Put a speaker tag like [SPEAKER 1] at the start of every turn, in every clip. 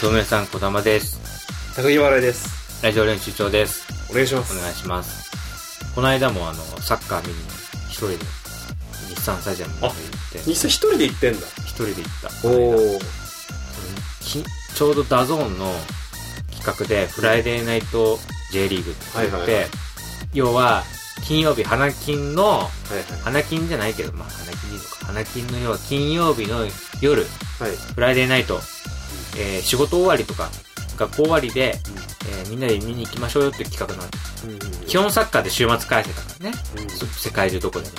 [SPEAKER 1] 透明さん、小玉です。
[SPEAKER 2] 高木笑いです。
[SPEAKER 1] ラジオ練習長です。
[SPEAKER 2] お願いしま
[SPEAKER 1] お
[SPEAKER 2] す。
[SPEAKER 1] 願いします。この間もあの、サッカー見に、一人で、日産スタジアムまで行って、
[SPEAKER 2] 日産一人で行ってんだ。
[SPEAKER 1] 一人で行った。
[SPEAKER 2] おお。
[SPEAKER 1] きちょうどダゾーンの企画で、フライデーナイト J リーグって言って、
[SPEAKER 2] はいはいは
[SPEAKER 1] 要は、金曜日、花金の、
[SPEAKER 2] はい
[SPEAKER 1] 花金じゃないけど、まあ、花金でいいのか。花金の要は、金曜日の夜、
[SPEAKER 2] はい。はい。
[SPEAKER 1] フライデーナイト、えー仕事終わりとか、学校終わりで、えーみんなで見に行きましょうよっていう企画なんです。
[SPEAKER 2] うん。
[SPEAKER 1] 基本サッカーで週末開催だからね。
[SPEAKER 2] うん。
[SPEAKER 1] そ世界中どこでも。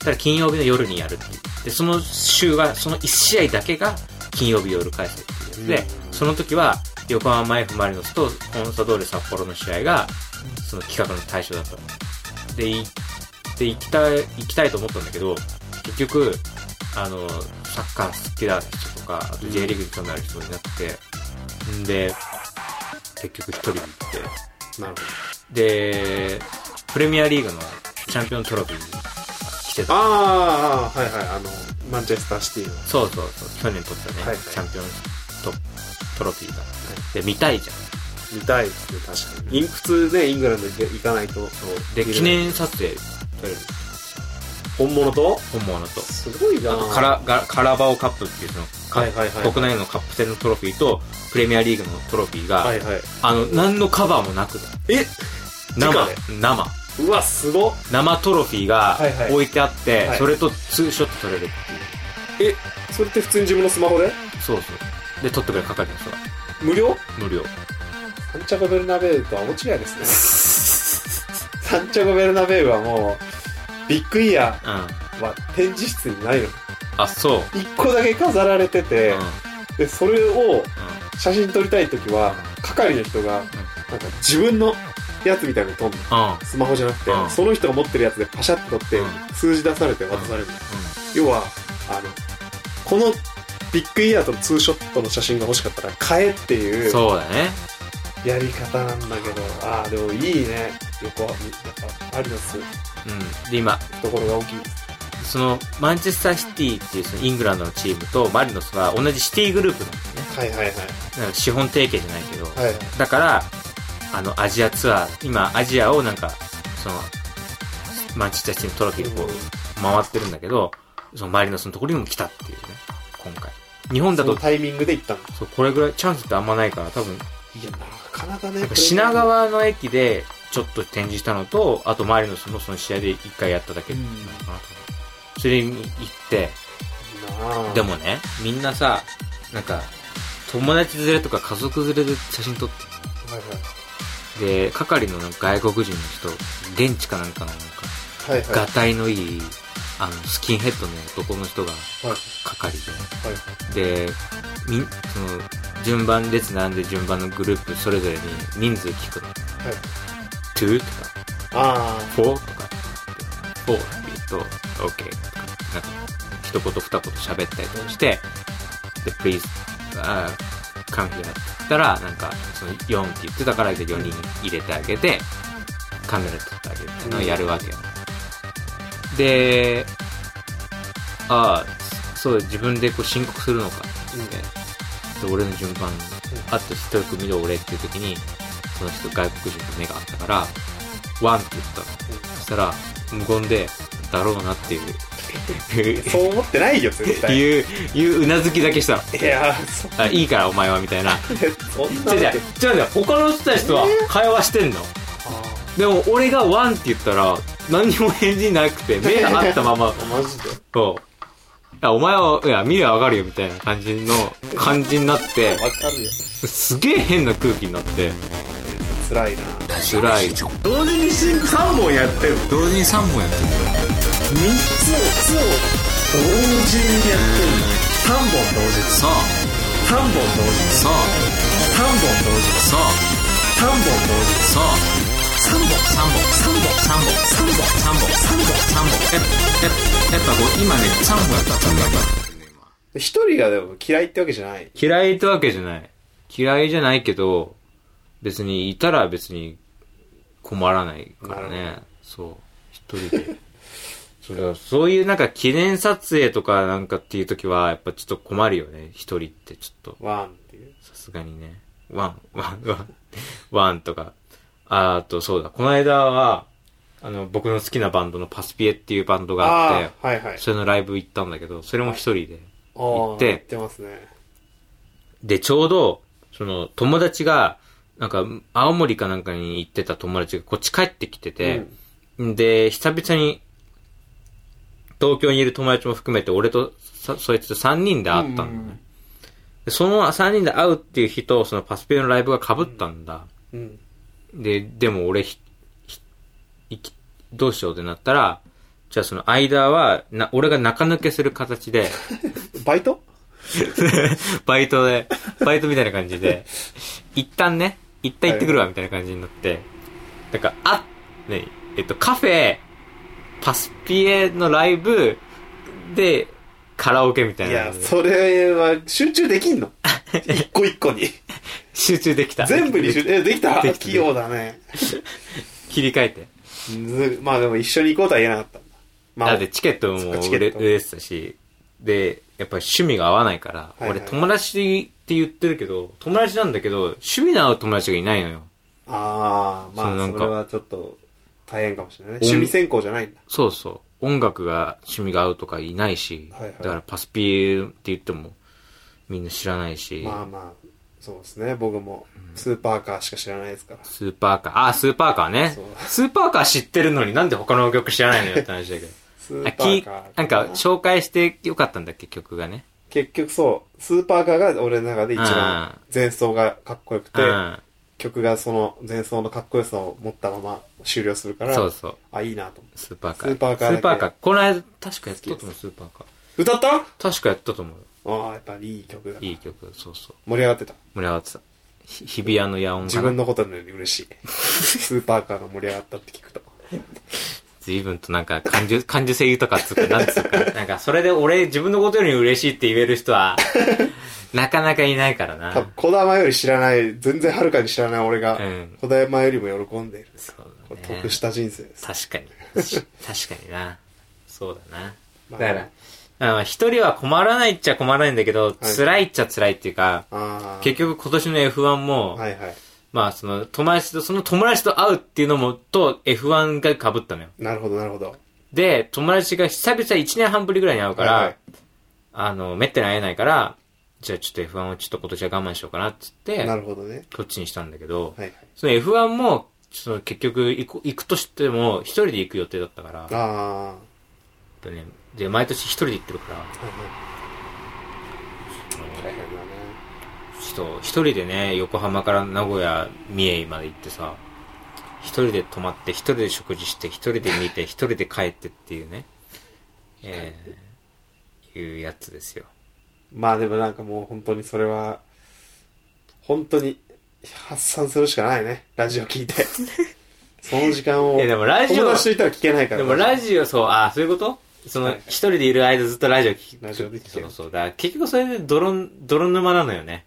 [SPEAKER 1] ただ金曜日の夜にやるっていう。で、その週は、その1試合だけが金曜日夜開催っていうやつで、
[SPEAKER 2] うん
[SPEAKER 1] その時は横浜マイフマリノスとコンサドーレ札幌の試合が、その企画の対象だったの。で、いで行きたい、行きたいと思ったんだけど、結局、あの、サッカー好きだって人とか、あと J リーグに興味ある人になって、んで、結局一人で行って、
[SPEAKER 2] なるほど。
[SPEAKER 1] で、プレミアリーグのチャンピオントロフィー来てた。
[SPEAKER 2] ああ、はいはい。あの、マンチェスターシティの。
[SPEAKER 1] そうそうそう、去年取ったね、
[SPEAKER 2] はいはい
[SPEAKER 1] チャンピオントトロフィーが。で、見たいじゃん。
[SPEAKER 2] 見たいですね、確かに。イン普通ね、イングランド行かないと。
[SPEAKER 1] で、
[SPEAKER 2] 見れない
[SPEAKER 1] 記念撮影、
[SPEAKER 2] 本物と
[SPEAKER 1] 本物と。
[SPEAKER 2] すごいな
[SPEAKER 1] あとカラがカラバオカップっていうその、か
[SPEAKER 2] はいはいはい
[SPEAKER 1] 国内のカップ戦のトロフィーと、プレミアリーグのトロフィーが、
[SPEAKER 2] はいはい。
[SPEAKER 1] あの、何のカバーもなく、
[SPEAKER 2] え
[SPEAKER 1] 生
[SPEAKER 2] 直で、
[SPEAKER 1] 生、
[SPEAKER 2] うわ、すごっ
[SPEAKER 1] 生トロフィーが
[SPEAKER 2] はいはい
[SPEAKER 1] 置いてあって、
[SPEAKER 2] はい
[SPEAKER 1] それとツーショット撮れるってい
[SPEAKER 2] え、それって普通に自分のスマホで
[SPEAKER 1] う。そうそう。で、撮ってくれる係の人が、
[SPEAKER 2] 無料
[SPEAKER 1] 無料。
[SPEAKER 2] サンチャゴベルナベウとは大違いですね。 サンチャゴベルナベウはもう、ビッグイヤ
[SPEAKER 1] うん。
[SPEAKER 2] ーは展示室にないの。
[SPEAKER 1] あ、そう。
[SPEAKER 2] 一個だけ飾られてて、
[SPEAKER 1] うん
[SPEAKER 2] で、それを
[SPEAKER 1] う
[SPEAKER 2] 写真撮りたいときは、係の人が、なんか自分のやつみたいなの撮んの。
[SPEAKER 1] ん。うん。
[SPEAKER 2] スマホじゃなくて、
[SPEAKER 1] うん
[SPEAKER 2] その人が持ってるやつでパシャッと撮って、
[SPEAKER 1] うん
[SPEAKER 2] 数字出されて渡されるの。要は、あの、このビッグイヤーとのツーショットの写真が欲しかったら買えっていう
[SPEAKER 1] そうだね。
[SPEAKER 2] やり方なんだけど、ああ、でもいいね。横、やっぱ、アリノス、
[SPEAKER 1] うん。で、今、
[SPEAKER 2] ところが大きい。
[SPEAKER 1] その、マンチェスターシティっていうそのイングランドのチームとマリノスは同じシティグループなんだよね。
[SPEAKER 2] はいはいはい。
[SPEAKER 1] なんか資本提携じゃないけど。
[SPEAKER 2] はいはい。
[SPEAKER 1] だから、あの、アジアツアー、今、アジアをなんか、その、マンチェスターシティのトロフィーでこう、回ってるんだけど、そのマリノスのところにも来たっていうね、今回。日本だ
[SPEAKER 2] その
[SPEAKER 1] と、
[SPEAKER 2] タイミングで行ったの。
[SPEAKER 1] そう、これぐらい、チャンスってあんまないから、多分、
[SPEAKER 2] いや、なかなかね
[SPEAKER 1] なん。か品川の駅でちょっと展示したのと、あとマリノスのその試合で一回やっただけなのかなと。それに行って、
[SPEAKER 2] なあ
[SPEAKER 1] で。もね、みんなさ、なんか、友達連れとか家族連れで写真撮っ
[SPEAKER 2] はい
[SPEAKER 1] て、で、係のなんか外国人の人、現地かなんかのなんか、
[SPEAKER 2] はい。はいは
[SPEAKER 1] がたいのいい、あの、スキンヘッドの男の人が
[SPEAKER 2] い。はい
[SPEAKER 1] 係
[SPEAKER 2] はい。
[SPEAKER 1] で、で、み、その、順番列並んで順番のグループそれぞれに人数聞くの。
[SPEAKER 2] はい。
[SPEAKER 1] 2とか、
[SPEAKER 2] あ
[SPEAKER 1] フォーとか、フォーって言うと、OK とか、なんか、一言二言喋ったりとかして、で、please, あー、come here って言ったら、なんか、その4って言ってたから、で4人入れてあげて、カメラ撮ってあげるっていうのをやるわけよ。で、ああ、そう、自分でこう申告するのかって言って、で、俺の順番、あと一組で俺っていう時に、その人外国人と目が合ったから、ワンって言ったの。そしたら、無言で、だろうなっていう、
[SPEAKER 2] あ。そう思ってないよ、絶対。い
[SPEAKER 1] いう、いううなずきだけしたの。
[SPEAKER 2] や、そ
[SPEAKER 1] あ、いいからお前は、みたいな。
[SPEAKER 2] そんな
[SPEAKER 1] 違う違
[SPEAKER 2] の
[SPEAKER 1] う、違う違う、他の人たちとは会話してんの。
[SPEAKER 2] あ
[SPEAKER 1] でも、俺がワンって言ったら、何にも返事なくて、目が合ったまま、
[SPEAKER 2] あ。マジで。
[SPEAKER 1] そう。いや、お前は、いや、見りゃわかるよ、みたいな感じの、感じになって、
[SPEAKER 2] わかるよ。
[SPEAKER 1] すげえ変な空気になって、
[SPEAKER 2] 辛いな。
[SPEAKER 1] 辛い。
[SPEAKER 2] 同時にシンク3本やってる。3
[SPEAKER 1] 同時に3本やってる。
[SPEAKER 2] つを、つを、同時にやってる。3本同時。
[SPEAKER 1] さあ、
[SPEAKER 2] 3本同時。
[SPEAKER 1] さあ、
[SPEAKER 2] 3本同時。
[SPEAKER 1] さあ、
[SPEAKER 2] 3本同時。
[SPEAKER 1] さあ、三本、三本、三本、三本、三本、三本、三本、三本。え、え、やっぱこう、今ね、三本だった、三本だった。
[SPEAKER 2] 一人がでも嫌いってわけじゃない。
[SPEAKER 1] 嫌いってわけじゃない。嫌いじゃないけど、別にいたら別に困らないから
[SPEAKER 2] な
[SPEAKER 1] ね。そう。一人で。そうそういうなんか記念撮影とかなんかっていう時は、やっぱちょっと困るよね。一人ってちょっと、
[SPEAKER 2] ワンっていう。
[SPEAKER 1] さすがにね。ワン、ワン、ワン、ワンとか。ああと、そうだ。この間は、あの、僕の好きなバンドのパスピエっていうバンドがあって、
[SPEAKER 2] あー、はいはい。
[SPEAKER 1] それのライブ行ったんだけど、それも一人で。
[SPEAKER 2] 行
[SPEAKER 1] って
[SPEAKER 2] 行ってますね。
[SPEAKER 1] で、ちょうど、その、友達が、なんか、青森かなんかに行ってた友達がこっち帰ってきてて、で、久々に、東京にいる友達も含めて、俺とさ、そいつと3人で会ったんだね。
[SPEAKER 2] うん
[SPEAKER 1] でその3人で会うっていう日と、そのパスペのライブが被ったんだ。
[SPEAKER 2] うん、うん。
[SPEAKER 1] で、でも俺ひ、ひいきどうしようってなったら、じゃあその間は、な、俺が中抜けする形で、
[SPEAKER 2] バイト
[SPEAKER 1] バイトで、バイトみたいな感じで、一旦ね、一旦行ってくるわ、みたいな感じになって、なんか、あ、ね、えっと、カフェ、パスピエのライブで、カラオケみたい
[SPEAKER 2] い
[SPEAKER 1] な
[SPEAKER 2] や、
[SPEAKER 1] ので
[SPEAKER 2] それは集中できんの一個一 個に。
[SPEAKER 1] 集中できた。
[SPEAKER 2] 全部に集中、え、できた
[SPEAKER 1] できた
[SPEAKER 2] 器用だね。
[SPEAKER 1] 切り替えて。
[SPEAKER 2] ずまあでも一緒に行こうとは言えなかったんだ。まあ、
[SPEAKER 1] だってチケットも
[SPEAKER 2] そっかチケ
[SPEAKER 1] 売れ
[SPEAKER 2] ット
[SPEAKER 1] 売れてたし、で、やっぱり趣味が合わないから、
[SPEAKER 2] いはい
[SPEAKER 1] 俺友達って言ってるけど、友達なんだけど、趣味の合う友達がいないのよ。
[SPEAKER 2] ああ、
[SPEAKER 1] そ
[SPEAKER 2] ま
[SPEAKER 1] う
[SPEAKER 2] あ
[SPEAKER 1] なん
[SPEAKER 2] そ
[SPEAKER 1] か
[SPEAKER 2] れはちょっと大変かもしれないね。
[SPEAKER 1] うん
[SPEAKER 2] 趣味専攻じゃないんだ。
[SPEAKER 1] そうそう。音楽が趣味が合うとかいないし、
[SPEAKER 2] はいはい
[SPEAKER 1] だからパスピーって言ってもみんな知らないし、
[SPEAKER 2] まあまあ、そうですね。僕もスーパーカーしか知らないですから。
[SPEAKER 1] スーパーカー、あ、スーパーカーね
[SPEAKER 2] そう。
[SPEAKER 1] スーパーカー知ってるのになんで他の曲知らないのよって話だけど。
[SPEAKER 2] スー
[SPEAKER 1] あ、
[SPEAKER 2] パー
[SPEAKER 1] き
[SPEAKER 2] カー。
[SPEAKER 1] なんか紹介してよかったんだっけ、曲がね。
[SPEAKER 2] 結局そう、スーパーカーが俺の中で一番前奏がかっこよくて、
[SPEAKER 1] うん。
[SPEAKER 2] 曲がその前奏のかっこよさを持ったまま終了するから、
[SPEAKER 1] そうそう。
[SPEAKER 2] あ、いいなと思って。
[SPEAKER 1] スーパーカー。
[SPEAKER 2] スーパーカーだけ
[SPEAKER 1] スパカーこの間、確かやったと思う、スーパーカー。
[SPEAKER 2] 歌った
[SPEAKER 1] 確かやったと思うよ。
[SPEAKER 2] ああ、やっぱりいい曲だ。
[SPEAKER 1] いい曲、そうそう。
[SPEAKER 2] 盛り上がってた。
[SPEAKER 1] 盛り上がってた。ひ日比谷の夜音
[SPEAKER 2] 自
[SPEAKER 1] かな
[SPEAKER 2] 分。のことのように嬉 しい。スーパーカーが盛り上がったって聞くと。
[SPEAKER 1] 随分となんか感受、感受性豊かっつうか、なんつうか。なんか、それで俺、自分のことより嬉しいって言える人 は、なかなかいないから
[SPEAKER 2] 多
[SPEAKER 1] な
[SPEAKER 2] 分。、小玉より知らない、全然はるかに知らない俺が
[SPEAKER 1] うん、
[SPEAKER 2] 小玉よりも喜んでいる。
[SPEAKER 1] そうだ
[SPEAKER 2] これ
[SPEAKER 1] ね
[SPEAKER 2] 得。した人生です。
[SPEAKER 1] 確かに。し確かにな。そうだな。
[SPEAKER 2] ま
[SPEAKER 1] だ
[SPEAKER 2] あ
[SPEAKER 1] から、あの一人は困らないっちゃ困らないんだけど、
[SPEAKER 2] はい
[SPEAKER 1] 辛いっちゃ辛いっていうか、
[SPEAKER 2] ああ。
[SPEAKER 1] 結局今年の F1 も、
[SPEAKER 2] はいはい。
[SPEAKER 1] まあその友達と、その友達と会うっていうのも、と F1 が被ったのよ。
[SPEAKER 2] なるほど、なるほど。
[SPEAKER 1] で、友達が久々1年半ぶりぐらいに会うから、
[SPEAKER 2] はいはい
[SPEAKER 1] あの、めったに会えないから、じゃあちょっと F1 をちょっと今年は我慢しようかなって言
[SPEAKER 2] な
[SPEAKER 1] って、
[SPEAKER 2] るほどね。
[SPEAKER 1] こっちにしたんだけど、
[SPEAKER 2] はいはい。
[SPEAKER 1] その F1 も、その結局行く行くとしても、一人で行く予定だったから、やっ
[SPEAKER 2] あ
[SPEAKER 1] ぱね、で、毎年一人で行ってるから、
[SPEAKER 2] あ。はいはい。大変だね。
[SPEAKER 1] ちょっと一人でね、横浜から名古屋、三重まで行ってさ、一人で泊まって、一人で食事して、一人で見て、一人で帰ってっていうね、えー、いうやつですよ。
[SPEAKER 2] まあでもなんかもう本当にそれは、本当に発散するしかないね。ラジオ 聞いて。その時間を。
[SPEAKER 1] いやでもラジオ
[SPEAKER 2] 友達といたら聞けないから。
[SPEAKER 1] でもラ
[SPEAKER 2] ジ
[SPEAKER 1] ジオ、そう、ああ、そういうことその、
[SPEAKER 2] はい
[SPEAKER 1] 一人でいる間ずっとラジオ聞く。
[SPEAKER 2] ラジオで聞け
[SPEAKER 1] そ
[SPEAKER 2] る
[SPEAKER 1] うそう。だから結局それで泥ん、泥沼なのよね。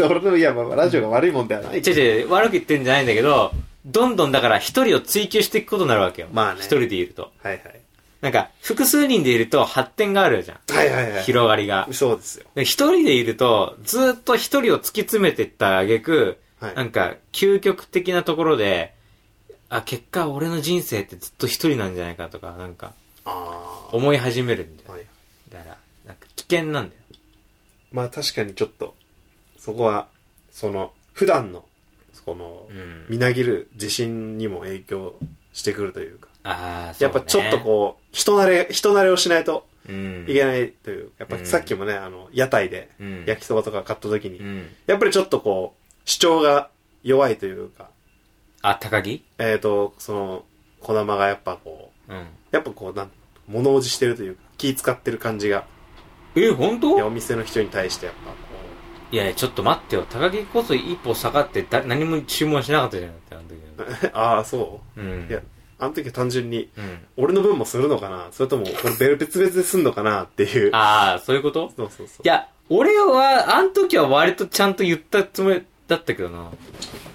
[SPEAKER 2] オ。 俺の、いや、まあラジオが悪いもんではない
[SPEAKER 1] 違う違う、悪く言ってんじゃないんだけど、どんどんだから一人を追求していくことになるわけよ。
[SPEAKER 2] まあね
[SPEAKER 1] 一人でいると。
[SPEAKER 2] はいはい。
[SPEAKER 1] なんか、複数人でいると発展があるじゃん。
[SPEAKER 2] はいはいはい。
[SPEAKER 1] 広がりが。
[SPEAKER 2] そうですよ。
[SPEAKER 1] で一人でいると、ずっと一人を突き詰めていった挙句、
[SPEAKER 2] はい
[SPEAKER 1] なんか、究極的なところで、あ、結果俺の人生ってずっと一人なんじゃないかとか、なんか、
[SPEAKER 2] あ
[SPEAKER 1] 思い始めるんだよ
[SPEAKER 2] あ。。はい。
[SPEAKER 1] だから、なんか危険なんだよ。
[SPEAKER 2] まあ確かにちょっと、そこは、その、普段の、この
[SPEAKER 1] う、ん。
[SPEAKER 2] みなぎる自信にも影響してくるというか。
[SPEAKER 1] ああ、そ
[SPEAKER 2] や
[SPEAKER 1] う、
[SPEAKER 2] っ
[SPEAKER 1] ね。
[SPEAKER 2] ぱちょっとこう、人慣れ、人慣れをしないと
[SPEAKER 1] う、うん。
[SPEAKER 2] いけないという、やっ
[SPEAKER 1] う
[SPEAKER 2] ぱ
[SPEAKER 1] ん
[SPEAKER 2] さっきもね、あの、屋台で
[SPEAKER 1] うん。
[SPEAKER 2] 焼きそばとか買った時に、
[SPEAKER 1] うん。
[SPEAKER 2] やっぱりちょっとこう、主張が弱いというか、
[SPEAKER 1] あ、高木
[SPEAKER 2] えっ、と、その、小玉がやっぱこう、
[SPEAKER 1] うん。
[SPEAKER 2] やっぱこう、なん物おじしてるというか、気使ってる感じが、
[SPEAKER 1] え、本
[SPEAKER 2] いや
[SPEAKER 1] 当
[SPEAKER 2] お店の人に対してやっぱこ
[SPEAKER 1] いやいや、ちょっと待ってよ。高木こそ一歩下がってだ、何も注文しなかったじゃんって、あの時は。
[SPEAKER 2] う、 ああ、そうう、
[SPEAKER 1] ん。
[SPEAKER 2] いや、あの時は単純に、
[SPEAKER 1] うん。
[SPEAKER 2] 俺の分もするのかなそれとも、これ別々ですんのかなっていう。
[SPEAKER 1] ああ、そういうこと
[SPEAKER 2] そうそうそう。
[SPEAKER 1] いや、俺は、あの時は割とちゃんと言ったつもりだったけどな。い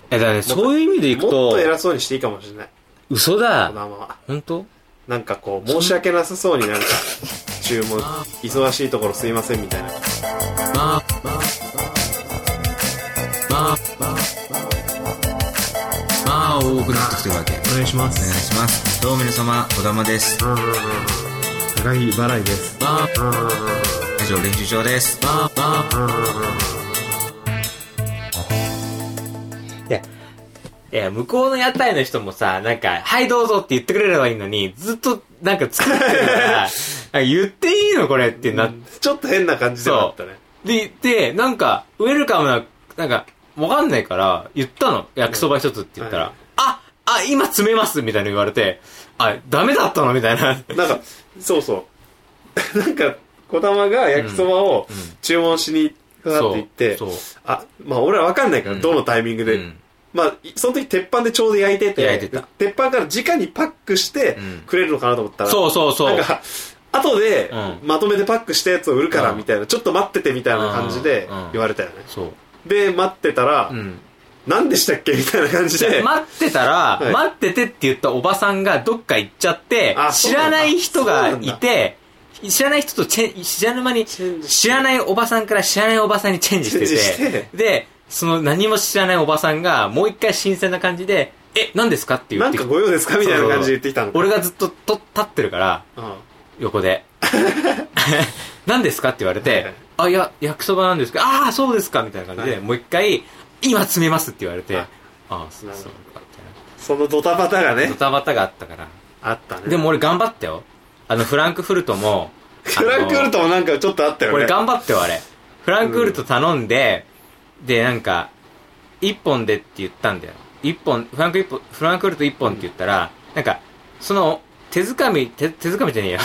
[SPEAKER 1] や、だからね、そういう意味でいく
[SPEAKER 2] もっ
[SPEAKER 1] と
[SPEAKER 2] と、偉そうにしていいかもしれない。
[SPEAKER 1] 嘘
[SPEAKER 2] 小
[SPEAKER 1] だ。
[SPEAKER 2] 玉は。
[SPEAKER 1] 本当
[SPEAKER 2] なんかこう申し訳なさそうになんか注文忙しいところすいませんみたいな
[SPEAKER 3] まあ多くなってきてるわけお願
[SPEAKER 4] お願いしま
[SPEAKER 3] いしますどうも皆様小玉です
[SPEAKER 4] 高木払いです
[SPEAKER 3] 以上練習場です
[SPEAKER 1] いや、向こうの屋台の人もさ、なんか、はいどうぞって言ってくれればいいのに、ずっとなんか作ってるから、なんか言っていいのこれってなっ
[SPEAKER 2] ちょっと変な感じではあったね
[SPEAKER 1] で、で、なんか、ウェルカムな、なんか、わかんないから、言ったの。焼きそば一つって言ったら、
[SPEAKER 2] はい
[SPEAKER 1] あ、あ、今詰めますみたいな言われて、あ、ダメだったのみたいな。
[SPEAKER 2] なんかそうそうなんか児玉が焼きそばを
[SPEAKER 1] うんうん
[SPEAKER 2] 注文しに行くなって言って、
[SPEAKER 1] そう。そ
[SPEAKER 2] あまあ俺は分かんないから、
[SPEAKER 1] うん
[SPEAKER 2] どのタイミング
[SPEAKER 1] う
[SPEAKER 2] で、
[SPEAKER 1] うん
[SPEAKER 2] まあいその時鉄板でちょうど焼いてて
[SPEAKER 1] 焼いてた
[SPEAKER 2] 鉄板から直にパックして
[SPEAKER 1] うん
[SPEAKER 2] くれるのかなと思ったら、
[SPEAKER 1] そうそうそう。
[SPEAKER 2] なんか後で
[SPEAKER 1] う
[SPEAKER 2] まとめてパックしたやつを売るから
[SPEAKER 1] うん
[SPEAKER 2] みたいな、ちょっと待っててみたいな感じで
[SPEAKER 1] うんうん
[SPEAKER 2] 言われたよね、
[SPEAKER 1] そう。
[SPEAKER 2] で待ってたら、
[SPEAKER 1] うん。
[SPEAKER 2] 何でしたっけ みたいな感じ
[SPEAKER 1] で
[SPEAKER 2] で
[SPEAKER 1] 待ってたら、
[SPEAKER 2] はい
[SPEAKER 1] 待っててって言ったおばさんがどっか行っちゃって
[SPEAKER 2] あ、そう
[SPEAKER 1] 知
[SPEAKER 2] な
[SPEAKER 1] ら
[SPEAKER 2] んだ
[SPEAKER 1] ない人が
[SPEAKER 2] そうないん
[SPEAKER 1] て、知らない人とチェン、知らぬ間に、知らないおばさんから知らないおばさんにチェンジして
[SPEAKER 2] チ
[SPEAKER 1] て、
[SPEAKER 2] ェンジして
[SPEAKER 1] で、その何も知らないおばさんが、もう一回新鮮な感じで、え、何ですかって言
[SPEAKER 2] な
[SPEAKER 1] っ
[SPEAKER 2] ん
[SPEAKER 1] て
[SPEAKER 2] かご用ですかみたいな感じで言ってきたの
[SPEAKER 1] 俺がずっとと立ってるから、
[SPEAKER 2] うん
[SPEAKER 1] 横で。 何ですかって言われ
[SPEAKER 2] はい
[SPEAKER 1] て
[SPEAKER 2] はい、
[SPEAKER 1] あ、いや、焼きそばなんですけど、ああ、そうですかみたいな感じ
[SPEAKER 2] は
[SPEAKER 1] で、
[SPEAKER 2] い
[SPEAKER 1] もう一回、今詰めますって言われて、
[SPEAKER 2] はい
[SPEAKER 1] ああ、そう
[SPEAKER 2] なる
[SPEAKER 1] そ
[SPEAKER 2] ほ
[SPEAKER 1] う
[SPEAKER 2] ど
[SPEAKER 1] かみたいな。
[SPEAKER 2] そのドタバタがね
[SPEAKER 1] ドタバタがあったから。
[SPEAKER 2] あったね
[SPEAKER 1] でも俺頑張ったよ。あの、フランクフルトも。
[SPEAKER 2] フランクフルトもなんかちょっとあった
[SPEAKER 1] あの
[SPEAKER 2] よね
[SPEAKER 1] 俺頑張ったよ、あれ。フランクフルト頼んで、で、なんか、一本でって言ったんだよ。一本、フランク一本、フランクフルト一本って言ったら、なんか、その、手づかみ、手、手づかみじゃねえよ。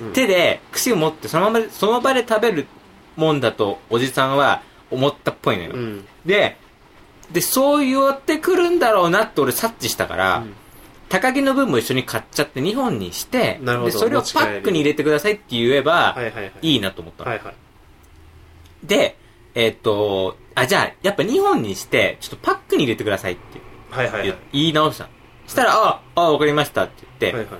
[SPEAKER 2] うん
[SPEAKER 1] 手で、串を持って、そのままで、その場で食べるもんだと、おじさんは思ったっぽいのよ。
[SPEAKER 2] うん
[SPEAKER 1] で、で、そう言ってくるんだろうなって俺察知したから、
[SPEAKER 2] うん
[SPEAKER 1] 高木の分も一緒に買っちゃって2本にして
[SPEAKER 2] なるほ
[SPEAKER 1] で
[SPEAKER 2] ど
[SPEAKER 1] それをパックに入れてくださいって言えば、
[SPEAKER 2] はいはいはい
[SPEAKER 1] いいなと思ったの、
[SPEAKER 2] はいはい
[SPEAKER 1] でえっ、とあじゃあやっぱ2本にしてちょっとパックに入れてくださいって
[SPEAKER 2] はいは
[SPEAKER 1] 言,、
[SPEAKER 2] いはいはい
[SPEAKER 1] 言い直したのしたら「ああわかりました」って言って、
[SPEAKER 2] は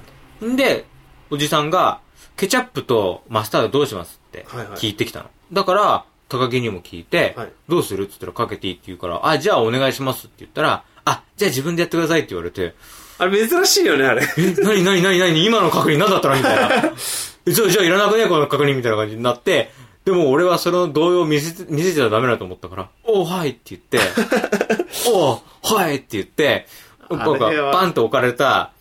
[SPEAKER 2] い
[SPEAKER 1] んでおじさんが「ケチャップとマスタードどうします?」って
[SPEAKER 2] はいはい
[SPEAKER 1] 聞いてきたの、だから高木にも聞いて「
[SPEAKER 2] はい
[SPEAKER 1] どうする?」っつったら「かけていい」って言うから「あじゃあお願いします」って言ったら「あじゃあ自分でやってください」って言われて
[SPEAKER 2] あれ珍しいよねあれ
[SPEAKER 1] え、なになになになに今の確認何だったのみたいな。えじゃあ、じゃあいらなくねこの確認みたいな感じになって、でも俺はその動揺を見せて、見せちゃダメだと思ったから、おうはいって言 って、おうはいって言って、
[SPEAKER 2] あ
[SPEAKER 1] 僕
[SPEAKER 2] あれ
[SPEAKER 1] が
[SPEAKER 2] は
[SPEAKER 1] パンと置かれた、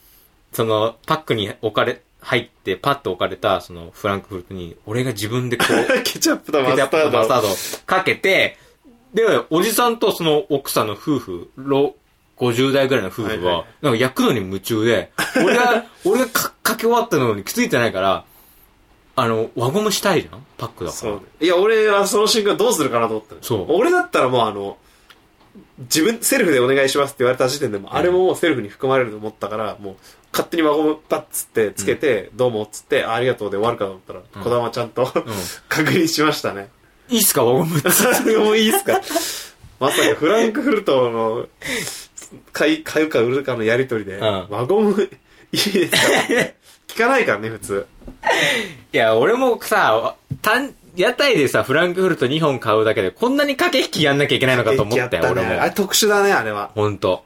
[SPEAKER 1] そのパックに置かれ、入ってパッと置かれた、そのフランクフルトに、俺が自分でこう、
[SPEAKER 2] ケチャップとマ
[SPEAKER 1] ケチャッ
[SPEAKER 2] ス
[SPEAKER 1] プ
[SPEAKER 2] ター
[SPEAKER 1] とマスター
[SPEAKER 2] ド
[SPEAKER 1] ドをかけて、で、おじさんとその奥さんの夫婦、ろ50代ぐらいの夫
[SPEAKER 2] はい
[SPEAKER 1] 婦
[SPEAKER 2] はいは
[SPEAKER 1] は、なんか焼くのに夢中 で、俺が、俺がかかけ終わったのに気づいてないから、あの、輪ゴムしたいじゃんパックだか
[SPEAKER 2] そ
[SPEAKER 1] ら
[SPEAKER 2] う。いや俺はその瞬間どうするかなと思ったの
[SPEAKER 1] そう
[SPEAKER 2] 俺だったらもうあの自分セルフでお願いしますって言われた時点でもうあれももうセルフに含まれると思ったからもう勝手に輪ゴムパッつってつけて、どうもっつってあありがとうで終わるかと思ったら、児玉ちゃんと 確認しましたね
[SPEAKER 1] いいっすか輪ゴムって。
[SPEAKER 2] それもういいっすかまさかフランクフルトの買い買うか売るかのやり取りで、
[SPEAKER 1] うん
[SPEAKER 2] 輪ゴムいいです か聞かないからね普通
[SPEAKER 1] いや、俺もさ、単、屋台でさ、フランクフルト2本買うだけで、こんなに駆け引きやんなきゃいけないのかと思ったよ、
[SPEAKER 2] やね
[SPEAKER 1] 俺
[SPEAKER 2] あれ
[SPEAKER 1] も。
[SPEAKER 2] 特殊だねあれは
[SPEAKER 1] ほんと。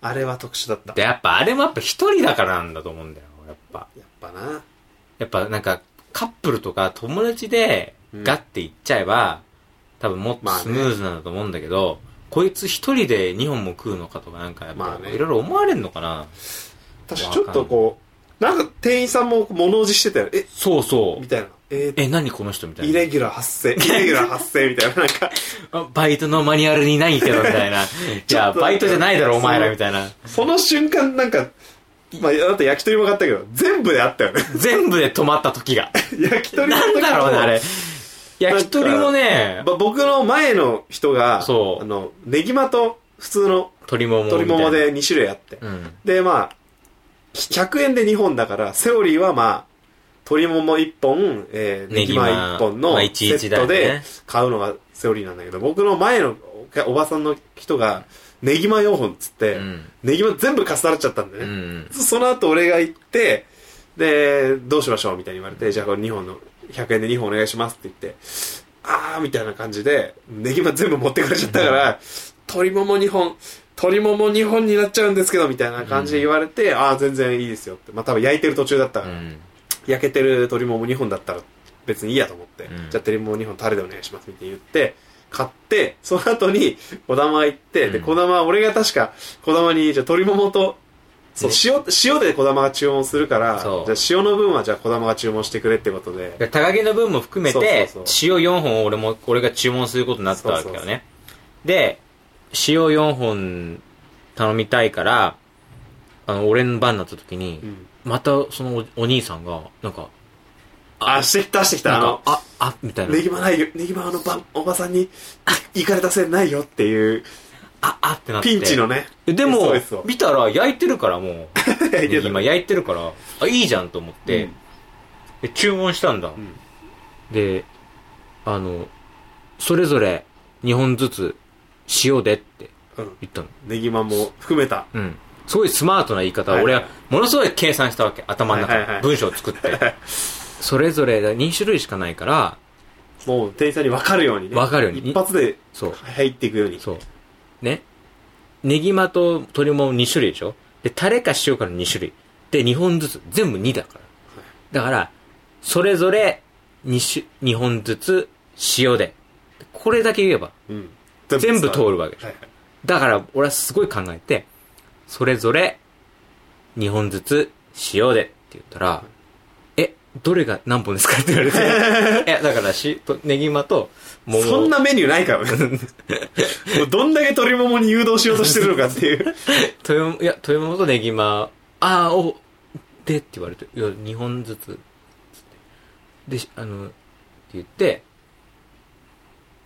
[SPEAKER 2] あれは特殊だった
[SPEAKER 1] で、やっぱあれもやっぱ一人だからなんだと思うんだよ、やっぱ。
[SPEAKER 2] やっぱな
[SPEAKER 1] やっぱなんか、カップルとか友達で
[SPEAKER 2] うん
[SPEAKER 1] ガッて行っちゃえば、多分もっと
[SPEAKER 2] まあね
[SPEAKER 1] スムーズなんだと思うんだけど、こいつ一人で2本も食うのかとかなんかやっ
[SPEAKER 2] ま
[SPEAKER 1] ぱ
[SPEAKER 2] あね
[SPEAKER 1] いろいろ思われんのかな、
[SPEAKER 2] 確か
[SPEAKER 1] わか
[SPEAKER 2] にち
[SPEAKER 1] ん
[SPEAKER 2] ょっとこうなんか店員さんも物おじしてたよえ
[SPEAKER 1] そうそ
[SPEAKER 2] み
[SPEAKER 1] う
[SPEAKER 2] たいなえー
[SPEAKER 1] え何この人みたい
[SPEAKER 2] イ
[SPEAKER 1] な
[SPEAKER 2] レギュラー発生イレギュラー発生みたいななんか
[SPEAKER 1] あバイトのマニュアルにないけどみた いなじゃあバイトじゃないだろお前らみたいな
[SPEAKER 2] その瞬間なんかまあだって焼き鳥も買ったけど全部であったよね
[SPEAKER 1] 全部で止まった時が
[SPEAKER 2] 焼き鳥の
[SPEAKER 1] な
[SPEAKER 2] 時
[SPEAKER 1] ん
[SPEAKER 2] も
[SPEAKER 1] だろうねあれ焼き鳥もね
[SPEAKER 2] まあ、僕の前の人が
[SPEAKER 1] そう
[SPEAKER 2] あのネギマと普通の
[SPEAKER 1] 鶏ももみたい
[SPEAKER 2] 鶏
[SPEAKER 1] な
[SPEAKER 2] ももで2種類あって、
[SPEAKER 1] うん
[SPEAKER 2] でまあ100円で2本だからセオリーはまあ鶏もも1本、えー、
[SPEAKER 1] ネ
[SPEAKER 2] ネ
[SPEAKER 1] ギ
[SPEAKER 2] ギ
[SPEAKER 1] マ
[SPEAKER 2] マ1本の
[SPEAKER 1] まあ
[SPEAKER 2] セ
[SPEAKER 1] 11
[SPEAKER 2] ッ
[SPEAKER 1] だよ
[SPEAKER 2] ト
[SPEAKER 1] ね
[SPEAKER 2] で買うのがセオリーなんだけど、僕の前のおおばさんの人がネギマ4本っつって、
[SPEAKER 1] うん
[SPEAKER 2] ネギマ全部かっさらっちゃったんだよ
[SPEAKER 1] う
[SPEAKER 2] ね、
[SPEAKER 1] ん
[SPEAKER 2] その後俺が行ってで、どうしましょうみたいに言われて、じゃあこれ2本の、100円で2本お願いしますって言って、あーみたいな感じで、ネギマ全部持ってかれちゃったから、鶏もも2本、鶏もも2本になっちゃうんですけど、みたいな感じで言われて、あー全然いいですよって。まあ多分焼いてる途中だった
[SPEAKER 1] う
[SPEAKER 2] から、
[SPEAKER 1] ん。
[SPEAKER 2] 焼けてる鶏もも2本だったら別にいいやと思って、
[SPEAKER 1] ん
[SPEAKER 2] じゃあ鶏もも2本タレでお願いしますみたいに言って買って その後に小玉行って、で
[SPEAKER 1] うん
[SPEAKER 2] 小玉俺が確か小玉にじゃあ鶏ももとそう
[SPEAKER 1] ね
[SPEAKER 2] 塩塩で小玉が注文するからじゃあ
[SPEAKER 1] そう
[SPEAKER 2] 塩の分はじゃあ小玉が注文してくれってことで
[SPEAKER 1] で高木の分も含めて
[SPEAKER 2] そうそう
[SPEAKER 1] 塩4本を俺も俺が注文することになったわけ
[SPEAKER 2] そう
[SPEAKER 1] よ
[SPEAKER 2] そうそ
[SPEAKER 1] ねで塩4本頼みたいからあの俺の番になった時に、
[SPEAKER 2] ん
[SPEAKER 1] またそのおお兄さんがなんか
[SPEAKER 2] あしてきたしてきた
[SPEAKER 1] な
[SPEAKER 2] あ
[SPEAKER 1] んか
[SPEAKER 2] の
[SPEAKER 1] ああみたいな
[SPEAKER 2] ねぎまないよねぎまのばおばさんに行かれたせいないよっていう
[SPEAKER 1] ああってなって
[SPEAKER 2] ピンチのね
[SPEAKER 1] でも
[SPEAKER 2] SOS を
[SPEAKER 1] 見たら焼いてるからもう
[SPEAKER 2] いけた
[SPEAKER 1] 今焼いてるからあいいじゃんと思って、
[SPEAKER 2] うん
[SPEAKER 1] で注文したんだ、
[SPEAKER 2] ん
[SPEAKER 1] であのそれぞれ2本ずつ塩でって
[SPEAKER 2] うん
[SPEAKER 1] 言ったの
[SPEAKER 2] ねぎまも含めた
[SPEAKER 1] うんすごいスマートな言い方を
[SPEAKER 2] はい
[SPEAKER 1] 俺はものすごい計算したわけ頭の中
[SPEAKER 2] はいはいは
[SPEAKER 1] で
[SPEAKER 2] い
[SPEAKER 1] 文章を作ってそれぞれ2種類しかないから
[SPEAKER 2] もう店員さんに分かるようにね
[SPEAKER 1] 分かるように
[SPEAKER 2] 一発で
[SPEAKER 1] そう
[SPEAKER 2] 入っていくように
[SPEAKER 1] そうねネギマと鶏も2種類でしょでタレか塩かの2種類で2本ずつ全部2だからだからそれぞれ 2, 種2本ずつ塩でこれだけ言えば
[SPEAKER 2] うん
[SPEAKER 1] 全部通
[SPEAKER 2] る。
[SPEAKER 1] るわけでしょ
[SPEAKER 2] はいはい
[SPEAKER 1] だから俺はすごい考えてそれぞれ2本ずつ塩でって言ったら「えどれが何本ですか?」って言われ て「えだからしとネギマと桃
[SPEAKER 2] そんなメニューないからね。 もうどんだけ鶏ももに誘導しようとしてるのかっていう。
[SPEAKER 1] 豊いや豊本とねぎまああおでって言われて「いや2本ずつ」でしあのって言って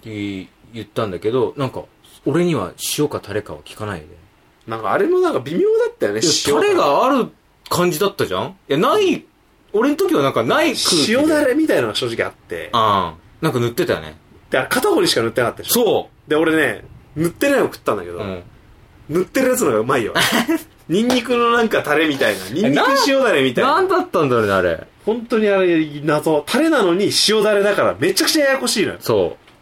[SPEAKER 1] って言ったんだけどなんか俺には塩かタレかは聞かないで
[SPEAKER 2] なんかあれもなんか微妙だったよね、
[SPEAKER 1] いや
[SPEAKER 2] 塩
[SPEAKER 1] タレがある感じだったじゃんいやない俺の時はなんかない空気で
[SPEAKER 2] 塩だれみたいなのが正直あって。
[SPEAKER 1] ああなんか塗ってたよね
[SPEAKER 2] で、あれ片方にしか塗ってなかったでしょ。
[SPEAKER 1] そ
[SPEAKER 2] で、俺ね、塗ってないの食ったんだけ
[SPEAKER 1] う、
[SPEAKER 2] ど、
[SPEAKER 1] うん、
[SPEAKER 2] 塗ってるやつの方がうまい よ。ニンニクのなんかタレみたいな。ニンニク
[SPEAKER 1] な
[SPEAKER 2] 塩だれみたい
[SPEAKER 1] なん
[SPEAKER 2] な。
[SPEAKER 1] だったんだろうねあれ
[SPEAKER 2] 本当にあれ謎。タレなのに塩だれだからめちゃくちゃややこしいのよ。
[SPEAKER 1] そう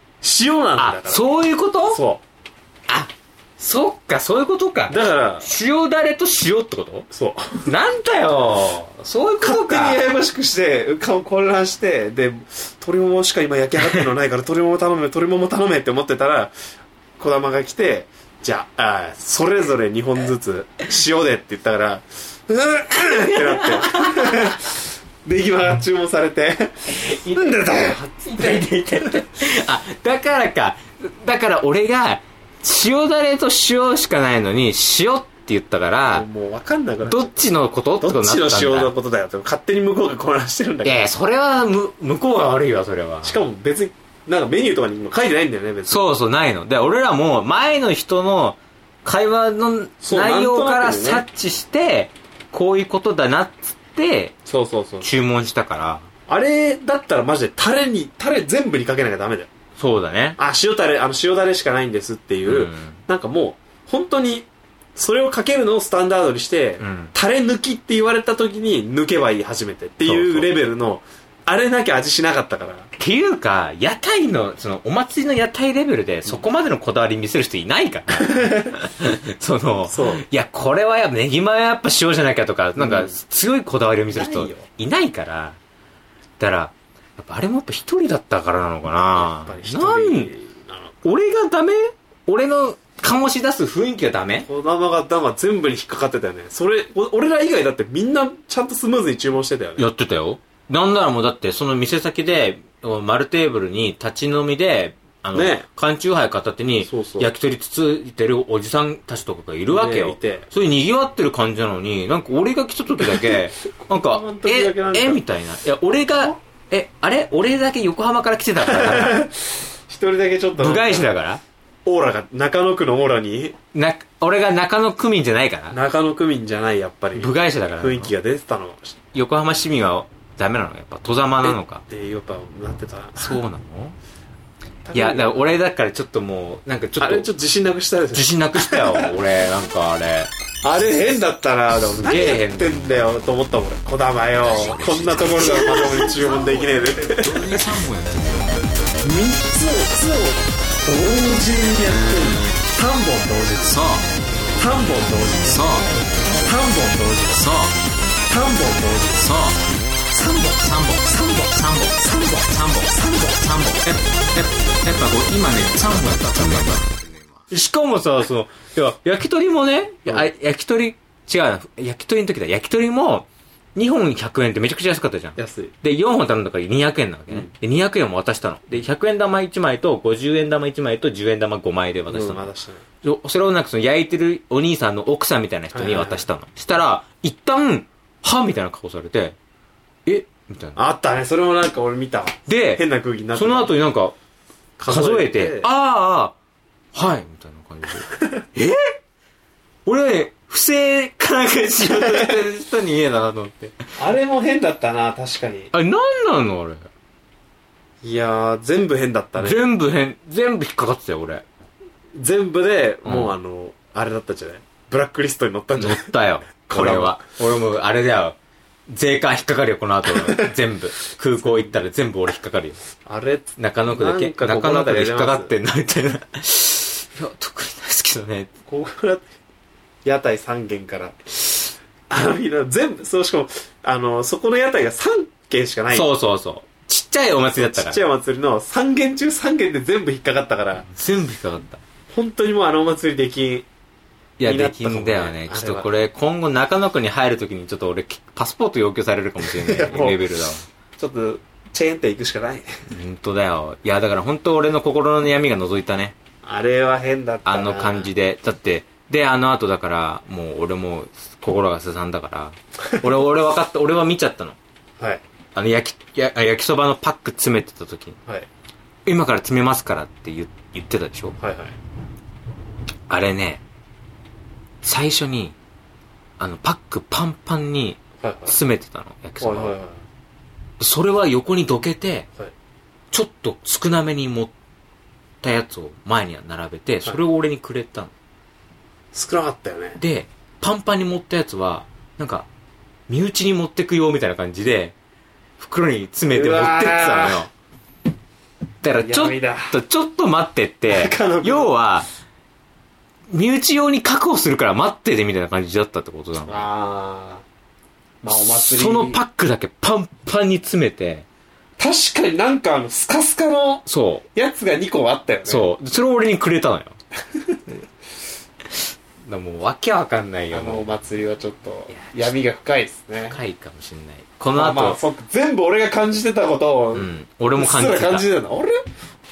[SPEAKER 2] 塩なんだ
[SPEAKER 1] あ
[SPEAKER 2] から。
[SPEAKER 1] そういうこと
[SPEAKER 2] そ
[SPEAKER 1] あそっかそういうことか
[SPEAKER 2] う。だから、
[SPEAKER 1] 塩だれと塩ってこと
[SPEAKER 2] そう。
[SPEAKER 1] なんだよそういうこ
[SPEAKER 2] 勝
[SPEAKER 1] と
[SPEAKER 2] 手
[SPEAKER 1] か
[SPEAKER 2] にややこしくして顔混乱してで鶏ももしか今焼き上がってるのないから鶏もも頼め鶏もも頼めって思ってたら児玉が来てじゃああーそれぞれ2本ずつ塩でって言ったからうーんうんってなってで今が注文されてなんでだよ
[SPEAKER 1] 痛い痛い痛い痛いあだからかだから俺が塩だれと塩しかないのに塩って言ったから
[SPEAKER 2] もう分かんなくなっちゃ
[SPEAKER 1] ど
[SPEAKER 2] う
[SPEAKER 1] っちのことってこと
[SPEAKER 2] どっ
[SPEAKER 1] にな
[SPEAKER 2] ち
[SPEAKER 1] った
[SPEAKER 2] の
[SPEAKER 1] んだ
[SPEAKER 2] 塩のことだよって勝手に向こうが混乱してるんだ
[SPEAKER 1] い
[SPEAKER 2] け
[SPEAKER 1] やいやそれはむ向こうが悪いわそれは
[SPEAKER 2] どしかも別になんかメニューとかにも書いてないんだよね別に
[SPEAKER 1] そうそうないので俺らも前の人の会話の
[SPEAKER 2] そう
[SPEAKER 1] 内容から
[SPEAKER 2] なんとなくね
[SPEAKER 1] 察知してこういうことだなっつって
[SPEAKER 2] そうそうそう
[SPEAKER 1] 注文したから
[SPEAKER 2] あれだったらマジでタレに、タレ全部にかけなきゃダメだよ。
[SPEAKER 1] そうだね
[SPEAKER 2] あ、塩タレ、あの塩だれしかないんですっていう、
[SPEAKER 1] うん
[SPEAKER 2] なんかもう、本当に、それをかけるのをスタンダードにして、
[SPEAKER 1] うん
[SPEAKER 2] タレ抜きって言われた時に抜けばいい初めてってい
[SPEAKER 1] そうそうう
[SPEAKER 2] レベルの、あれなきゃ味しなかったか
[SPEAKER 1] っ
[SPEAKER 2] ら。
[SPEAKER 1] ていうか、屋台の、その、お祭りの屋台レベルで、そこまでのこだわり見せる人いない から。その、
[SPEAKER 2] そう
[SPEAKER 1] いや、これはやっぱ、ネギマはやっぱ塩じゃなきゃとか、なん
[SPEAKER 2] う
[SPEAKER 1] か
[SPEAKER 2] ん、
[SPEAKER 1] 強いこだわりを見せる
[SPEAKER 2] な
[SPEAKER 1] 人
[SPEAKER 2] いよ
[SPEAKER 1] いないから。だから、やっぱあれもやっぱ一人だったからなのか
[SPEAKER 2] やっぱり一
[SPEAKER 1] な。
[SPEAKER 2] 人
[SPEAKER 1] なん、
[SPEAKER 2] あの
[SPEAKER 1] 俺がダメ俺の醸し出す雰囲気がダメ
[SPEAKER 2] 小玉がダマ全部に引っかかってたよね。それ、お俺ら以外だってみんなちゃんとスムーズに注文してたよね。
[SPEAKER 1] やってたよ。なんならもうだって、その店先で、お丸テーブルに立ち飲みで、あの、
[SPEAKER 2] ね
[SPEAKER 1] 缶チューハイ片手に
[SPEAKER 2] そうそ、う
[SPEAKER 1] 焼き鳥つついてるおじさんたちとかがいるわけよ。
[SPEAKER 2] ねいて
[SPEAKER 1] そういう賑わってる感じなのに、なんか俺が来た時だ け、なんか
[SPEAKER 2] 本、当にだ
[SPEAKER 1] え
[SPEAKER 2] けなん、か
[SPEAKER 1] え、みたいな。いや、俺が、え、あれ俺だけ横浜から来てた から、
[SPEAKER 2] 一人だけちょっと、
[SPEAKER 1] 部外者だから。
[SPEAKER 2] オーラが、中野区のオーラに、
[SPEAKER 1] な、俺が中野区民じゃないから。
[SPEAKER 2] 中野区民じゃない、やっぱり。
[SPEAKER 1] 部外者だから。
[SPEAKER 2] 雰囲気が出てたのかもしれない
[SPEAKER 1] 横浜市民はダメなのやっぱ、戸ざまなのか
[SPEAKER 2] っ。てやっぱなってた
[SPEAKER 1] そうなのいや、だから俺だからちょっともう、なんかちょ
[SPEAKER 2] あ
[SPEAKER 1] っと
[SPEAKER 2] れちょっと自信なくしたです
[SPEAKER 1] 自信なくしたよ、俺、なんかあれ。
[SPEAKER 2] あれ変だったなでも何
[SPEAKER 1] げえ変
[SPEAKER 2] やってんだよと思ったもん俺こだまよこんなところでまともに注文できねえで3
[SPEAKER 3] どれに3本やってる
[SPEAKER 2] つをつを
[SPEAKER 4] 同時にやってる3本同時
[SPEAKER 3] そう
[SPEAKER 4] 3本同時
[SPEAKER 3] そう
[SPEAKER 4] 3本同時
[SPEAKER 3] そう
[SPEAKER 4] 3本同時
[SPEAKER 3] そう3本3本3本3本3本3本3本3本えっえっやっぱこう今ね3本やった3本やっ
[SPEAKER 1] しかもさ、その、いや、焼き鳥もね、いやあ焼き鳥、違うな、焼き鳥の時だ、焼き鳥も、2本100円ってめちゃくちゃ安かったじゃん。
[SPEAKER 2] 安い
[SPEAKER 1] で、4本頼んだから200円なわけね。で、200円も渡したの。で、100円玉1枚と、50円玉1枚と、10円玉5枚で渡した
[SPEAKER 2] う
[SPEAKER 1] の
[SPEAKER 2] ん。まだしたね
[SPEAKER 1] そそれをなんかその焼いてるお兄さんの奥さんみたいな人に渡したの。したら、一旦、はみたいな顔されて、えみたいな。
[SPEAKER 2] あったねそれもなんか俺見たわ変
[SPEAKER 1] で、
[SPEAKER 2] な空気になって
[SPEAKER 1] その後になんか、数えて、ああ、はい、みたいな感じで。 え俺はね、不正かなんかしようとしてる人に言えだなと思って。
[SPEAKER 2] あれも変だったな確かに
[SPEAKER 1] あれ、なんなのあれ。
[SPEAKER 2] いやー全部変だったね
[SPEAKER 1] 全部変、全部引っかかってたよ、俺。
[SPEAKER 2] 全部で
[SPEAKER 1] う
[SPEAKER 2] も
[SPEAKER 1] ん
[SPEAKER 2] うあのあれだったんじゃないブラックリストに載ったんじゃ
[SPEAKER 1] 乗
[SPEAKER 2] な
[SPEAKER 1] っ
[SPEAKER 2] い
[SPEAKER 1] たよ、こ
[SPEAKER 2] これ
[SPEAKER 1] れ
[SPEAKER 2] は
[SPEAKER 1] は。 俺もうあれだよ。税関引っかかるよ、この後。全部。空港行ったら全部俺引っかかるよ。
[SPEAKER 2] あれ
[SPEAKER 1] 中野区だけ
[SPEAKER 2] なんか
[SPEAKER 1] 中野
[SPEAKER 2] 心当
[SPEAKER 1] 区
[SPEAKER 2] たり
[SPEAKER 1] で引っ
[SPEAKER 2] あります
[SPEAKER 1] かかってんなみ たいないや特にないですけどね
[SPEAKER 2] ここから屋台3軒からあのみんな全部そうしかもあのそこの屋台が3軒しかない
[SPEAKER 1] そうそうそうちっちゃいお祭りだった
[SPEAKER 2] ち
[SPEAKER 1] か
[SPEAKER 2] っちゃ
[SPEAKER 1] ら
[SPEAKER 2] いお祭りの3軒中3軒で全部引っかかったから
[SPEAKER 1] 全部引っかかった
[SPEAKER 2] 本当にもうあのお祭りできん
[SPEAKER 1] いや
[SPEAKER 2] 気にな
[SPEAKER 1] で
[SPEAKER 2] った
[SPEAKER 1] き
[SPEAKER 2] かもね
[SPEAKER 1] んだよね
[SPEAKER 2] あれは
[SPEAKER 1] ちょっとこれ今後中野区に入るときにちょっと俺パスポート要求されるかもしれない
[SPEAKER 2] いやもう
[SPEAKER 1] レベルだわ
[SPEAKER 2] ちょっとチェーン店行くしかない
[SPEAKER 1] 本当だよいやだから本当俺の心の闇が覗いたね
[SPEAKER 2] あれは変だった
[SPEAKER 1] あ
[SPEAKER 2] な
[SPEAKER 1] の感じでだってであの後だからもう俺もう心がすさんだから俺俺分かった俺は見ちゃったの
[SPEAKER 2] はい
[SPEAKER 1] あの焼きやあ焼きそばのパック詰めてた時に
[SPEAKER 2] はい
[SPEAKER 1] 今から詰めますからって言言ってたでしょ
[SPEAKER 2] はいはい
[SPEAKER 1] あれね、最初に、あの、パックパンパンに
[SPEAKER 2] はい
[SPEAKER 1] 詰めてたの、焼きそ
[SPEAKER 2] はい
[SPEAKER 1] ば
[SPEAKER 2] はい
[SPEAKER 1] を
[SPEAKER 2] はい
[SPEAKER 1] それは横にどけて、
[SPEAKER 2] はい
[SPEAKER 1] ちょっと少なめに持ったやつを前に並べて、それを俺にくれたの。
[SPEAKER 2] 少なかったよね
[SPEAKER 1] で、パンパンに持ったやつは、なんか、身内に持ってくよみたいな感じで、袋に詰めて持ってってたの
[SPEAKER 2] う
[SPEAKER 1] よ
[SPEAKER 2] わ。
[SPEAKER 1] だからちょっ
[SPEAKER 2] 闇だ
[SPEAKER 1] と、ちょっと待ってって
[SPEAKER 2] 中野、区
[SPEAKER 1] 要は、身内用に確保するから待っててみたいな感じだったってことなの。
[SPEAKER 2] あーまあお祭り
[SPEAKER 1] そのパックだけパンパンに詰めて、
[SPEAKER 2] 確かになんかあのスカスカの
[SPEAKER 1] そ
[SPEAKER 2] やつが2個あったよね
[SPEAKER 1] う、そう、それを俺にくれ たのよ。だからもうわけわかんないよ、
[SPEAKER 2] あの
[SPEAKER 1] もう
[SPEAKER 2] お。祭りはちょっと闇が深いですね
[SPEAKER 1] 深いかもしんない。この
[SPEAKER 2] まあ
[SPEAKER 1] 後、
[SPEAKER 2] まあそっか全部俺が感じてたことを
[SPEAKER 1] う、
[SPEAKER 2] うん
[SPEAKER 1] 俺も
[SPEAKER 2] っす
[SPEAKER 1] 感じ
[SPEAKER 2] ら
[SPEAKER 1] てた。
[SPEAKER 2] 感じてた俺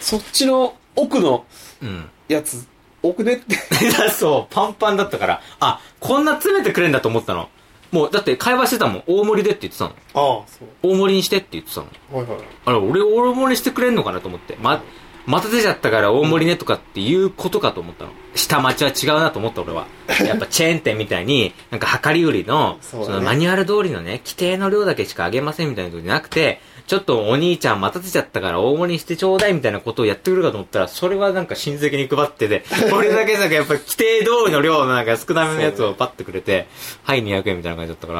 [SPEAKER 2] そっちの奥の
[SPEAKER 1] うん。
[SPEAKER 2] やつ奥ねって
[SPEAKER 1] だそう、パンパンだったから、あ、こんな詰めてくれんだと思ったの。もう、だって会話してたもん。大盛りでって言ってたの。
[SPEAKER 2] ああそう
[SPEAKER 1] 大盛りにしてって言ってたの。
[SPEAKER 2] はいはい
[SPEAKER 1] あれ、俺大盛りしてくれんのかなと思って。ま、待たせちゃったから大盛りねとかっていうことかと思ったの。下町は違うなと思った俺は。 やっぱチェーン店みたいに、なんか量り売りの、
[SPEAKER 2] そうだね
[SPEAKER 1] そのマニュアル通りのね、規定の量だけしかあげませんみたいなことじゃなくて、ちょっとお兄ちゃん待たせちゃったから大盛りにしてちょうだいみたいなことをやってくるかと思ったら、それはなんか親戚に配って て、俺だけなんかやっぱ規定通りの量のなんか少なめのやつをパッてくれて、はい200円みたいな感じだったから、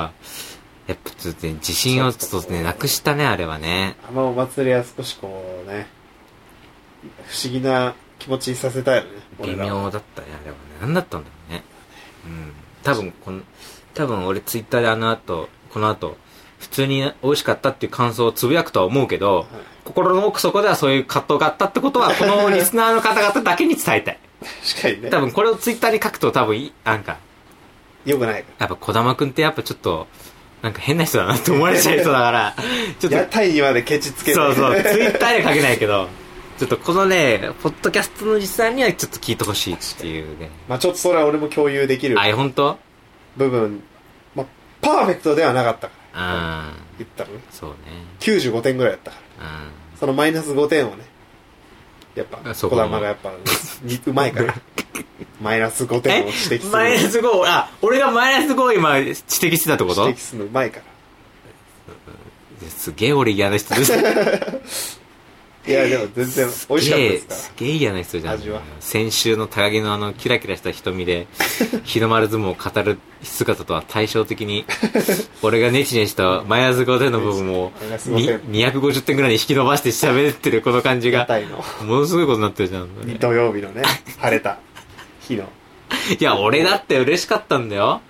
[SPEAKER 1] やっぱちょっとね、自信をちょっとね、なくしたね、あれはね。
[SPEAKER 2] あのお祭りは少しこうね不思議な気持ちにさせたいよね
[SPEAKER 1] 微
[SPEAKER 2] 俺ら
[SPEAKER 1] 妙
[SPEAKER 2] は
[SPEAKER 1] だったねあれはね何だったんだろうねうん多分この多分俺ツイッターであの後この後普通に美味しかったっていう感想をつぶやくとは思うけど、心の奥底ではそういう葛藤があったって ことはこのリスナーの方々だけに伝えたい
[SPEAKER 2] 確かにね
[SPEAKER 1] 多分これをツイッターに書くと多分いなんか
[SPEAKER 2] よくないか
[SPEAKER 1] やっぱ児玉君ってやっぱちょっとなんか変な人だなって思われちゃいそうだから ちょっ
[SPEAKER 2] ら
[SPEAKER 1] と
[SPEAKER 2] 屋台にまでケチつけて
[SPEAKER 1] そうそう、ツイッターには書けないけど、ちょっとこのね、ポッドキャストの実際にはちょっと聞いてほしいっていうね。
[SPEAKER 2] まあちょっとそれは俺も共有できる
[SPEAKER 1] あれ、ほんと
[SPEAKER 2] 部分、まあ、パーフェクトではなかったから
[SPEAKER 1] うん。
[SPEAKER 2] 言ったらね
[SPEAKER 1] そうね。
[SPEAKER 2] 95点ぐらいだったから
[SPEAKER 1] う
[SPEAKER 2] そのマイナス5点をね、やっ
[SPEAKER 1] あ
[SPEAKER 2] ぱ、
[SPEAKER 1] そ
[SPEAKER 2] 小
[SPEAKER 1] こも
[SPEAKER 2] 玉がやっぱ、にうま いから、マイナス5
[SPEAKER 1] ん。
[SPEAKER 2] 点を指摘する。
[SPEAKER 1] マイナス5、あ、俺がマイナス5を今指摘してたってこ
[SPEAKER 2] 指
[SPEAKER 1] と
[SPEAKER 2] 摘するのうまいから。
[SPEAKER 1] すげえ俺嫌な人です。
[SPEAKER 2] いや、でも全然 美味しかったですから
[SPEAKER 1] す。げえ嫌な人じゃん
[SPEAKER 2] 味は
[SPEAKER 1] 先週の高木のあのキラキラした瞳で 日の丸相撲を語る姿とは対照的 に俺がネチネチしたマイナス5点の部分を
[SPEAKER 2] マイナス
[SPEAKER 1] に
[SPEAKER 2] 5
[SPEAKER 1] 250点ぐらいに引き伸ばして喋ってるこの感じが
[SPEAKER 2] 屋台の
[SPEAKER 1] ものすごいことになってるじゃん俺
[SPEAKER 2] 土曜日のね、晴れた日の。
[SPEAKER 1] いや俺だって嬉しかったんだよ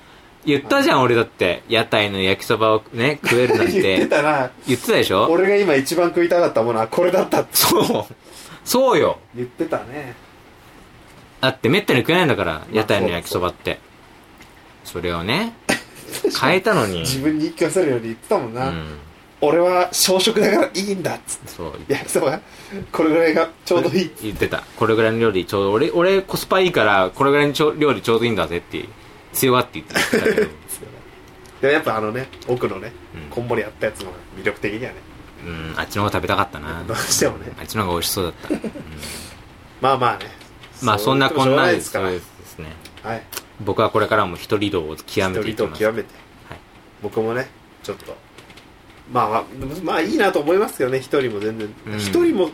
[SPEAKER 1] 言ったじゃん俺だって屋台の焼きそばをね食えるなん
[SPEAKER 2] 言って
[SPEAKER 1] て
[SPEAKER 2] たな。
[SPEAKER 1] 言ってたでしょ
[SPEAKER 2] 俺が今一番食いたかったものはこれだったって
[SPEAKER 1] そうそうよ
[SPEAKER 2] 言ってたね。
[SPEAKER 1] だってめったに食えないんだから屋台の焼きそばってそれをね変えたのに
[SPEAKER 2] 自分に言い聞かせるように言ってたもん
[SPEAKER 1] う
[SPEAKER 2] な。
[SPEAKER 1] ん
[SPEAKER 2] 俺は小食だからいいんだっつって。
[SPEAKER 1] そう
[SPEAKER 2] 焼きそば、これぐらいがちょうどいい。
[SPEAKER 1] 言ってたこれぐらいの料理ちょうど俺俺コスパいいからこれぐらいのちょ料理ちょうどいいんだぜって強がって言ってたけ ど
[SPEAKER 2] でもやっぱあのね、奥のね
[SPEAKER 1] うん、
[SPEAKER 2] こんもりあったやつの方が魅力的にはね、
[SPEAKER 1] うんあっちの方が食べたかったな
[SPEAKER 2] どうしてもね。
[SPEAKER 1] あっちの方が美味しそうだった
[SPEAKER 2] まあまあね。
[SPEAKER 1] まあそんなこんな
[SPEAKER 2] で
[SPEAKER 1] です
[SPEAKER 2] から。
[SPEAKER 1] そう
[SPEAKER 2] はい。
[SPEAKER 1] ですね僕はこれからも一人道を極めてい
[SPEAKER 2] 一
[SPEAKER 1] き
[SPEAKER 2] 人と
[SPEAKER 1] ます
[SPEAKER 2] 極めて。
[SPEAKER 1] はい
[SPEAKER 2] 僕もね、ちょっと。まあまあ、まあいいなと思いますけどね、一人も全然
[SPEAKER 1] うん。
[SPEAKER 2] 一人も、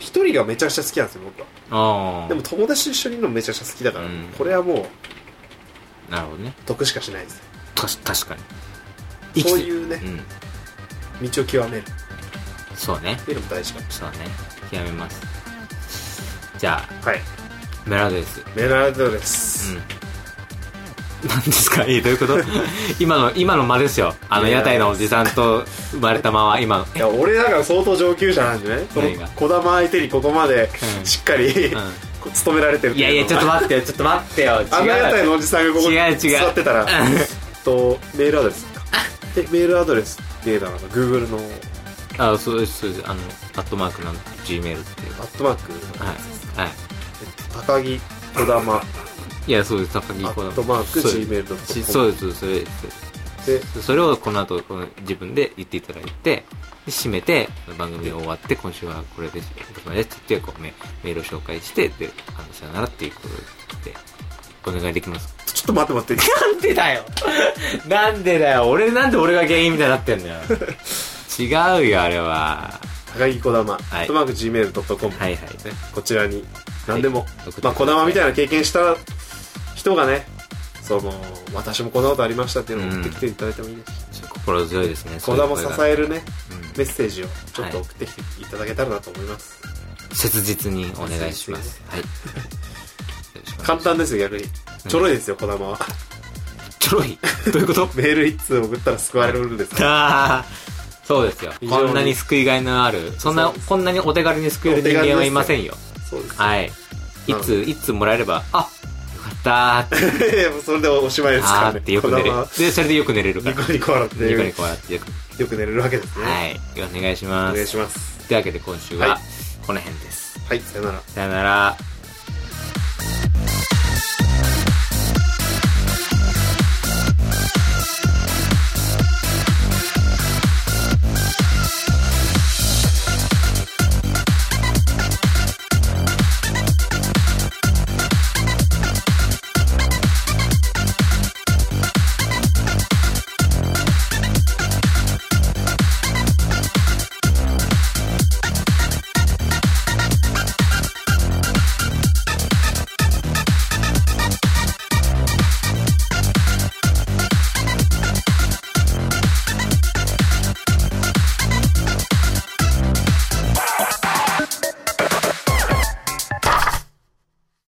[SPEAKER 2] 一人がめちゃくちゃ好きなんですよ、僕は。
[SPEAKER 1] ああ
[SPEAKER 2] でも友達と一緒にいるのめちゃくちゃ好きだから、
[SPEAKER 1] うん
[SPEAKER 2] これはもう
[SPEAKER 1] なるほどね
[SPEAKER 2] 得しかしないです
[SPEAKER 1] たし確かに
[SPEAKER 2] そう
[SPEAKER 1] う
[SPEAKER 2] いうね、
[SPEAKER 1] ん
[SPEAKER 2] 道を極めるっ
[SPEAKER 1] そうね
[SPEAKER 2] ていうのも大事かも
[SPEAKER 1] そうね極めますじゃあ
[SPEAKER 2] はい
[SPEAKER 1] メラドです
[SPEAKER 2] メールアドレ
[SPEAKER 1] う
[SPEAKER 2] ス、
[SPEAKER 1] ん。何ですかえ、どういうこと 今の、今の間ですよ。あの、
[SPEAKER 2] いや
[SPEAKER 1] 屋台のおじさんと生まれた間は今の。
[SPEAKER 2] いや俺だから相当上級者なんじゃないこの
[SPEAKER 1] 何が
[SPEAKER 2] 児玉相手にここまで
[SPEAKER 1] ん
[SPEAKER 2] しっかり、こう勤められてる
[SPEAKER 1] いやいや、ちょっと
[SPEAKER 2] 待
[SPEAKER 1] 待ってよ、ちょっと待ってよ。違う。
[SPEAKER 2] あの屋台のおじさんがここに
[SPEAKER 1] 違う違う
[SPEAKER 2] 座ってたら
[SPEAKER 1] うん
[SPEAKER 2] えっとメールアドレスかえメールアドレスっていうのは Google の
[SPEAKER 1] あ、そうです、そうです。あの、アットマークなん Gmail っていう
[SPEAKER 2] ア。ットマーク、
[SPEAKER 1] はい。はい。
[SPEAKER 2] 高木児玉ア
[SPEAKER 1] いや、そうです。高木
[SPEAKER 2] ットマーク Gmail.com
[SPEAKER 1] そうです、そうですそう
[SPEAKER 2] で
[SPEAKER 1] です。それをこの後、この自分で言っていただいて、で締めて、番組が終わって、今週はこれです、ここまでですって言って、こうメメールを紹介して、で、あの、さよならっていうことで、お願いできます。
[SPEAKER 2] ちょっと待って待っ て
[SPEAKER 1] なんでだよなんでだよ俺なんで俺が原因みたいになってんだよ違うよあれは
[SPEAKER 2] 高木こだま、
[SPEAKER 1] はい
[SPEAKER 2] アットマーク Gmail.com、
[SPEAKER 1] はいはい
[SPEAKER 2] ね、こちらに何でも、
[SPEAKER 1] 送ってください
[SPEAKER 2] まあ、こだまみたいな経験した人がねその私もこんなことありましたっていうのを送ってきていただいてもいいですし、
[SPEAKER 1] 心強いですね
[SPEAKER 2] こだまを支えるね
[SPEAKER 1] そういう声が
[SPEAKER 2] メッセージをちょっ
[SPEAKER 1] は
[SPEAKER 2] と
[SPEAKER 1] い
[SPEAKER 2] 送ってきていただけたらなと思います、
[SPEAKER 1] うん切実にお願いします はいよろしくお願いします
[SPEAKER 2] 簡単ですよ逆にちょろいですよこだまは
[SPEAKER 1] ちょろいどういうこと
[SPEAKER 2] メール一通送ったら救われるんですよ
[SPEAKER 1] あー そうですよ
[SPEAKER 2] 非常
[SPEAKER 1] こ
[SPEAKER 2] に
[SPEAKER 1] んなに救いがいのあるそんな
[SPEAKER 2] そうです
[SPEAKER 1] こんなにお手軽に救える人間はいませんよ
[SPEAKER 2] そうです
[SPEAKER 1] はいいついつもらえればあよか ったーって
[SPEAKER 2] それでおしまいですか
[SPEAKER 1] あ
[SPEAKER 2] ら
[SPEAKER 1] ー
[SPEAKER 2] ね
[SPEAKER 1] ってよく寝れ
[SPEAKER 2] こ
[SPEAKER 1] る
[SPEAKER 2] だまは
[SPEAKER 1] でそれで よく寝れるか
[SPEAKER 2] ニ
[SPEAKER 1] ら
[SPEAKER 2] コニコ笑っ
[SPEAKER 1] ニコニ
[SPEAKER 2] て
[SPEAKER 1] コ笑ってよく
[SPEAKER 2] よく寝れるわけですね、
[SPEAKER 1] はい。お願いし
[SPEAKER 2] お
[SPEAKER 1] ま
[SPEAKER 2] 願い
[SPEAKER 1] す。
[SPEAKER 2] します
[SPEAKER 1] というわけで今週
[SPEAKER 2] は、
[SPEAKER 1] はいこの辺です。
[SPEAKER 2] はいさよなら
[SPEAKER 1] さよなら。